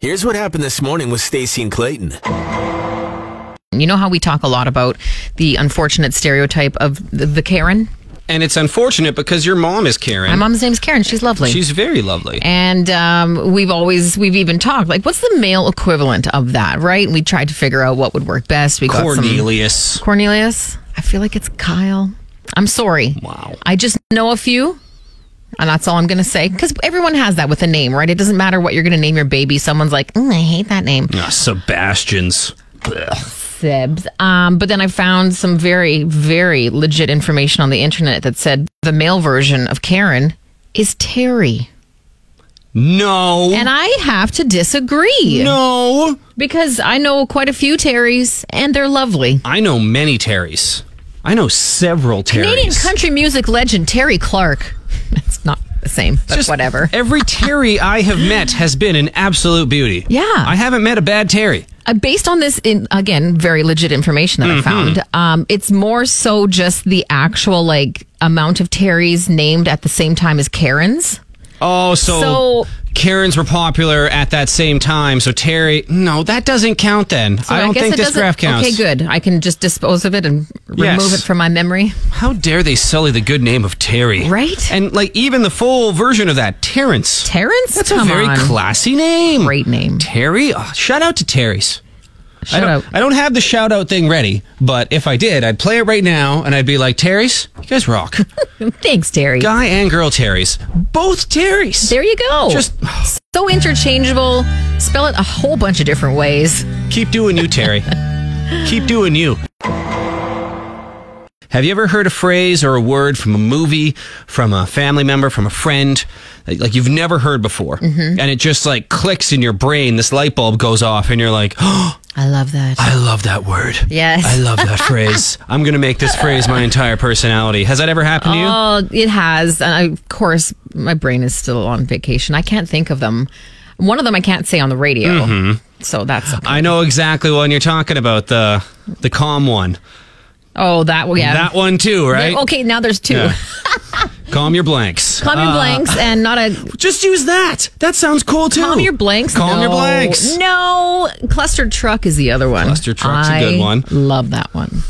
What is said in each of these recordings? Here's what happened this morning with Stacey and Clayton. You know how we talk a lot about the unfortunate stereotype of the, the Karen? And it's unfortunate because your mom is Karen. My mom's name's Karen. She's lovely. She's very lovely. and um, we've always we've even talked like what's the male equivalent of that right we tried to figure out what would work best we got some Cornelius. cornelius i feel like it's kyle i'm sorry Wow. i just know a few and that's all i'm gonna say because everyone has that with a name right it doesn't matter what you're gonna name your baby someone's like mm, i hate that name Ah, Sebastian's. Sibs. Um, but then I found some very, very legit information on the internet that said the male version of Karen is Terry. No. And I have to disagree Oh. no. because I know quite a few Terrys and they're lovely. I know many Terrys. I know several Terrys. Canadian country music legend Terry Clark. It's not the same, but Just e- whatever. Every Terry I have met has been an absolute beauty. Yeah. I haven't met a bad Terry. Uh, based on this, in, again, very legit information that Mm-hmm. I found, um, it's more so just the actual like amount of Terrys named at the same time as Karens. Oh, so, So- Karens were popular at that same time. So Terry, no, that doesn't count then. So I don't guess think it this doesn't- graph counts. Okay, good. I can just dispose of it and remove Yes. it from my memory. How dare they sully the good name of Terry? Right? And like even the full version of that, Terrence. Terrence? That's Come a very on. classy name. Great name. Terry. Oh, shout out to Terry's. I Shut don't, up. I don't have the shout out thing ready, but if I did, I'd play it right now and I'd be like, Terry's, you guys rock. Thanks, Terry. Guy and girl Terry's. Both Terry's. There you go. Just so interchangeable. Spell it a whole bunch of different ways. keep doing you, Terry. keep doing you. Have you ever heard a phrase or a word from a movie, from a family member, from a friend, that, like you've never heard before? Mm-hmm. And it just like clicks in your brain. This light bulb goes off, and you're like, oh, I love that. I love that word. Yes. I love that phrase. I'm going to make this phrase my entire personality. Has that ever happened to you? Oh, it has. And I, of course, my brain is still on vacation. I can't think of them. One of them I can't say on the radio. Mm-hmm. So that's okay. I know exactly one you're talking about the the calm one. Oh, that well, yeah. That one too, right? Okay, now there's two. Yeah. calm your blanks. Calm your Uh, blanks and not a Just use that. That sounds cool too. Calm your blanks. Calm no. your blanks. No, clustered truck is the other one. Clustered truck's I a good one. Love that one.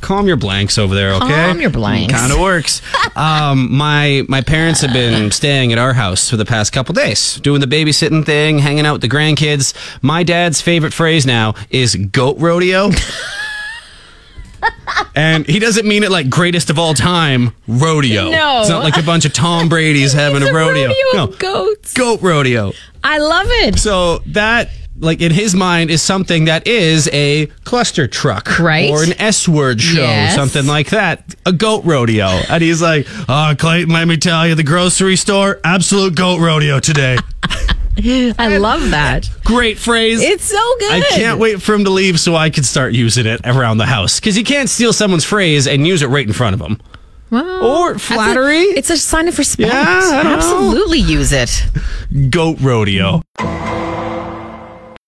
Calm your blanks over there, okay? Calm your blanks. Kind of works. um, my my parents have been staying at our house for the past couple days, doing the babysitting thing, hanging out with the grandkids. My dad's favorite phrase now is goat rodeo. And he doesn't mean it like greatest of all time rodeo. No. It's not like a bunch of Tom Brady's having It's a rodeo. rodeo No, of goats. goat rodeo. I love it. So that, like in his mind, is something that is a cluster truck, Right. or an S word show, Yes. something like that, a goat rodeo. And he's like, "Ah, Clayton, let me tell you, the grocery store, absolute goat rodeo today." I love that. Great phrase. It's so good. I can't wait for him to leave so I can start using it around the house because you can't steal someone's phrase and use it right in front of them. Wow. Or That's a- flattery. it's a sign of respect. Yeah, I don't know. Absolutely use it. Goat rodeo.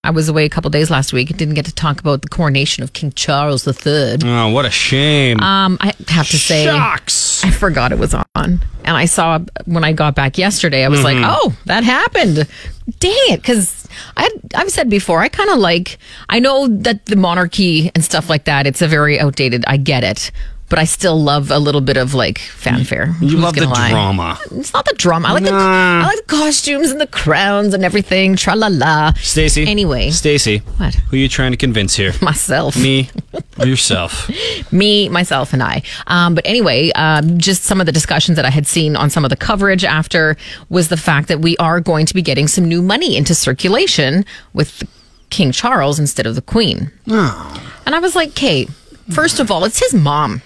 I was away a couple days last week. Didn't get to talk about the coronation of King Charles III. Oh, what a shame. Um, I have to say, Shocks. I forgot it was on. And I saw when I got back yesterday, I was like, Mm-hmm. oh, that happened. Dang it. Because I've said before, I kind of like, I know that the monarchy and stuff like that, it's a very outdated, I get it. But I still love a little bit of like fanfare. You Who's love the gonna lie? drama. It's not the drama. I like the I Nah. like the costumes and the crowns and everything. Tra la la. Stacy. Anyway. Stacy. What? Who you trying to convince here? Myself. Me, yourself. me, myself, and I. Um, but anyway, um, just some of the discussions that I had seen on some of the coverage after was the fact that we are going to be getting some new money into circulation with King Charles instead of the Queen. And I was like, Kate, first of all, it's his mom.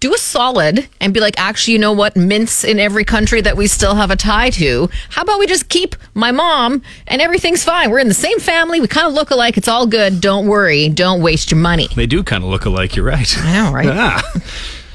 Do a solid and be like, actually, you know what? Mints in every country that we still have a tie to. How about we just keep my mom and everything's fine? We're in the same family. We kind of look alike. It's all good. Don't worry. Don't waste your money. They do kind of look alike. You're right. I know, right? Ah.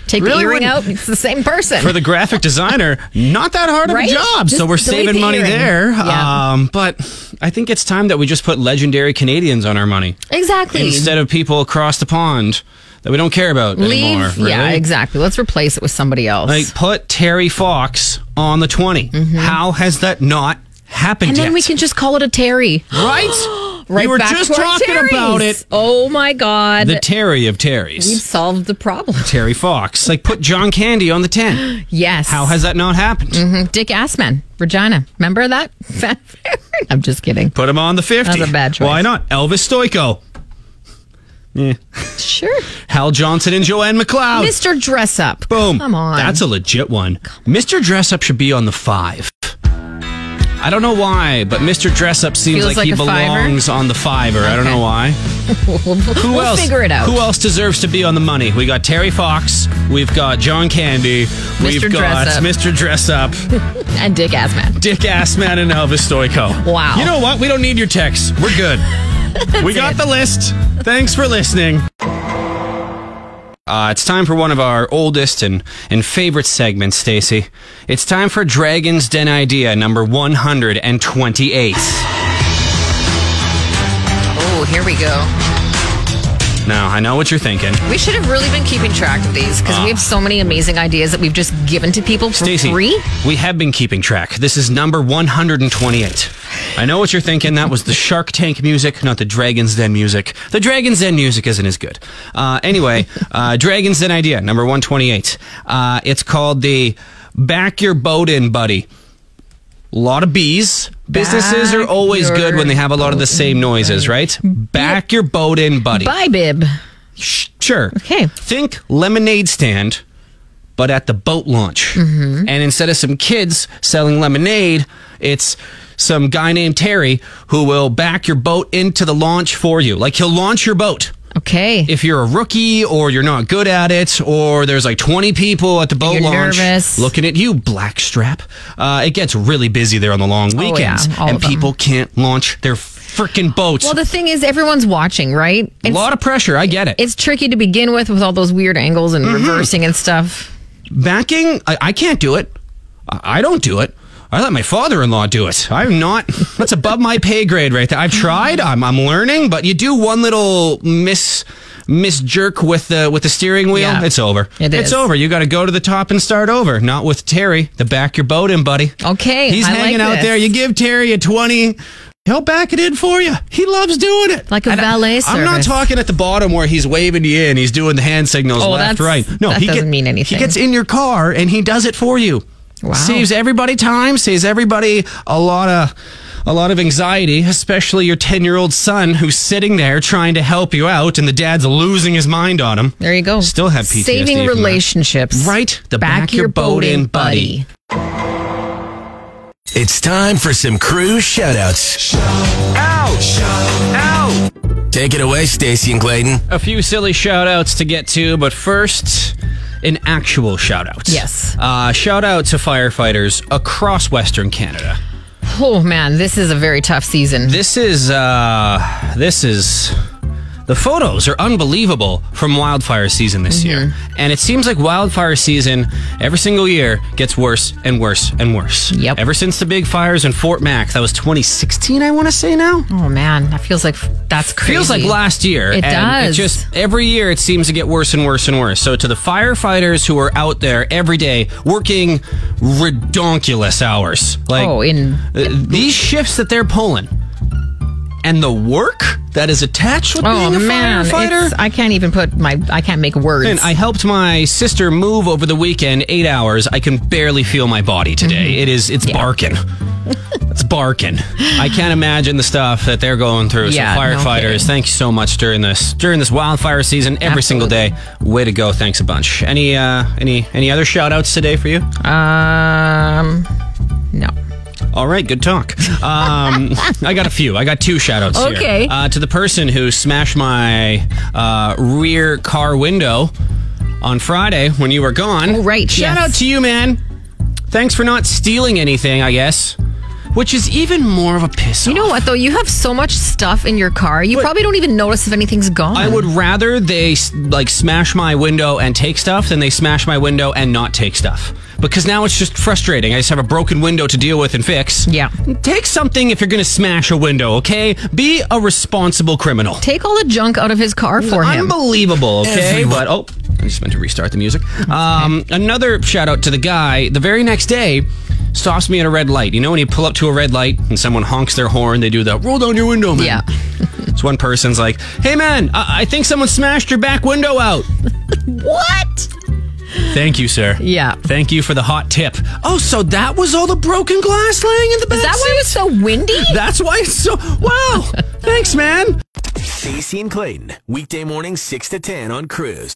Take Really the earring wouldn't- out. It's the same person. For the graphic designer, not that hard Right? of a job. so Just we're delete saving the money earring. there. Yeah. Um, but I think it's time that we just put legendary Canadians on our money exactly. instead of people across the pond that we don't care about Leave. anymore. Yeah, really. exactly. Let's replace it with somebody else. Like put Terry Fox on the 20. How has that not happened Mm-hmm. And yet. then we can just call it a Terry. right? Right we were back just to our talking about Terrys. it. Oh my God. The Terry of We've Terry's. solved the problem. Terry Fox. Like, put John Candy on the 10. Yes. How has that not happened? Dick Assman, Regina. Remember that? I'm just kidding. Put him on the 50. That was a bad choice. Why not? Elvis Stoiko, Sure. Hal Johnson, and Joanne McLeod. Mr. Dress Up. Oh. Boom. Come on. That's a legit one. Mr. Dress Up should be on the five. I don't know why, but Mr. Dress Up seems Feels like, like he a fiver? belongs on the fiver. I don't know Okay. why. we'll, Who we'll else? figure it out. Who else deserves to be on the money? We got Terry Fox. We've got John Candy. We've got Dress Up. Mr. Dress Up. And Dick Assman. Dick Assman and Elvis Stoiko. Wow. You know what? We don't need your texts. We're good. we got it. the list. Thanks for listening. Uh, it's time for one of our oldest and, and favorite segments, Stacy. It's time for Dragon's Den Idea number 128. Oh, here we go. now, I know what you're thinking. We should have really been keeping track of these Ah. because we have so many amazing ideas that we've just given to people for Stacy, free. we have been keeping track. This is number 128. I know what you're thinking. That was the Shark Tank music, not the Dragon's Den music. The Dragon's Den music isn't as good. Uh, anyway, uh, Dragon's Den idea, number 128. Uh, it's called the Back Your Boat In, Buddy. A lot of bees. Businesses are Back always your good when they have a lot of the same noises, right? Back your boat in, buddy. Bye, Bib. Sh- Sure. Okay. Think lemonade stand, but at the boat launch. Mm-hmm. And instead of some kids selling lemonade, it's some guy named Terry who will back your boat into the launch for you. Like he'll launch your boat. Okay. If you're a rookie or you're not good at it, or there's like 20 people at the boat You're launch nervous. looking at you, Blackstrap, uh, it gets really busy there on the long Oh, yeah, weekends, all and of them. people can't launch their freaking boats. well, the thing is, everyone's watching, right? a It's, lot of pressure. I get it. it's tricky to begin with with all those weird angles Mm-hmm. and reversing and stuff. backing I, I can't do it I, I don't do it i let my father-in-law do it i'm not that's above my pay grade right there i've tried i'm, I'm learning but you do one little miss miss jerk with the with the steering wheel Yeah. it's over It it's is. over you got to go to the top and start over not with terry the back your boat in buddy Okay, he's I like hanging out this. there you give terry a 20 He'll back it in for you. He loves doing it. Like a I- valet I'm not service. talking at the bottom where he's waving you in. He's doing the hand signals Oh, that's- left, right. No, that he get- doesn't mean anything. He gets in your car and he does it for you. Wow. Saves everybody time, saves everybody a lot of a lot of anxiety, especially your 10-year-old son who's sitting there trying to help you out and the dad's losing his mind on him. There you go. Still have PTSD from Saving that. relationships. Right? The back your boat in, buddy. It's time for some crew shoutouts. Shout out! Shout out! Take it away, Stacy and Clayton. A few silly shout outs to get to, but first, an actual shout out. Yes. Uh, shout out to firefighters across Western Canada. Oh man, this is a very tough season. This is, uh, this is. The photos are unbelievable from wildfire season this year. Mm-hmm. And it seems like wildfire season every single year gets worse and worse and worse. Yep. Ever since the big fires in Fort Mac, that was 2016, I want to say now. Oh man, that feels like that's crazy. feels like last year. It and does. It just every year it seems to get worse and worse and worse. So to the firefighters who are out there every day working redonkulous hours, like Oh, in- uh, these shifts that they're pulling, and the work that is attached with Oh being a man, firefighter. it's- I can't even put my I can't make words. Man, I helped my sister move over the weekend, eight hours. I can barely feel my body today. Mm-hmm. It is, it's barking. it's barking. I can't imagine the stuff that they're going through. Yeah, so no firefighters, kidding. thank you so much during this during this wildfire season. Every single day, way to go. Thanks a bunch. Any uh, any any other shout outs today for you? um no. All right, good talk. Um, I got a few. I got two shout outs here. Okay. Uh, to the person who smashed my uh, rear car window on Friday when you were gone. Oh, right, Shout yes. out to you, man. Thanks for not stealing anything, I guess. Which is even more of a piss You know what though? You have so much stuff in your car. You probably don't even notice if anything's gone. I would rather they s- like smash my window and take stuff than they smash my window and not take stuff. Because now it's just frustrating. I just have a broken window to deal with and fix. Yeah. Take something if you're going to smash a window, okay? Be a responsible criminal. take all the junk out of his car for him. Unbelievable, okay? Everyone- But oh, I just meant to restart the music. Um, Another shout out to the guy the very next day stops me at a red light. You know when you pull up to a red light and someone honks their horn, they do the roll down your window, man. Yeah. So one person's like, "Hey, man, I, I think someone smashed your back window out." What? Thank you, sir. Yeah. Thank you for the hot tip. Oh, so that was all the broken glass laying in the back Is that why it was so windy? That's why it's so. Wow. Thanks, man. Stacey and Clayton, weekday morning 6 to 10 on Cruise.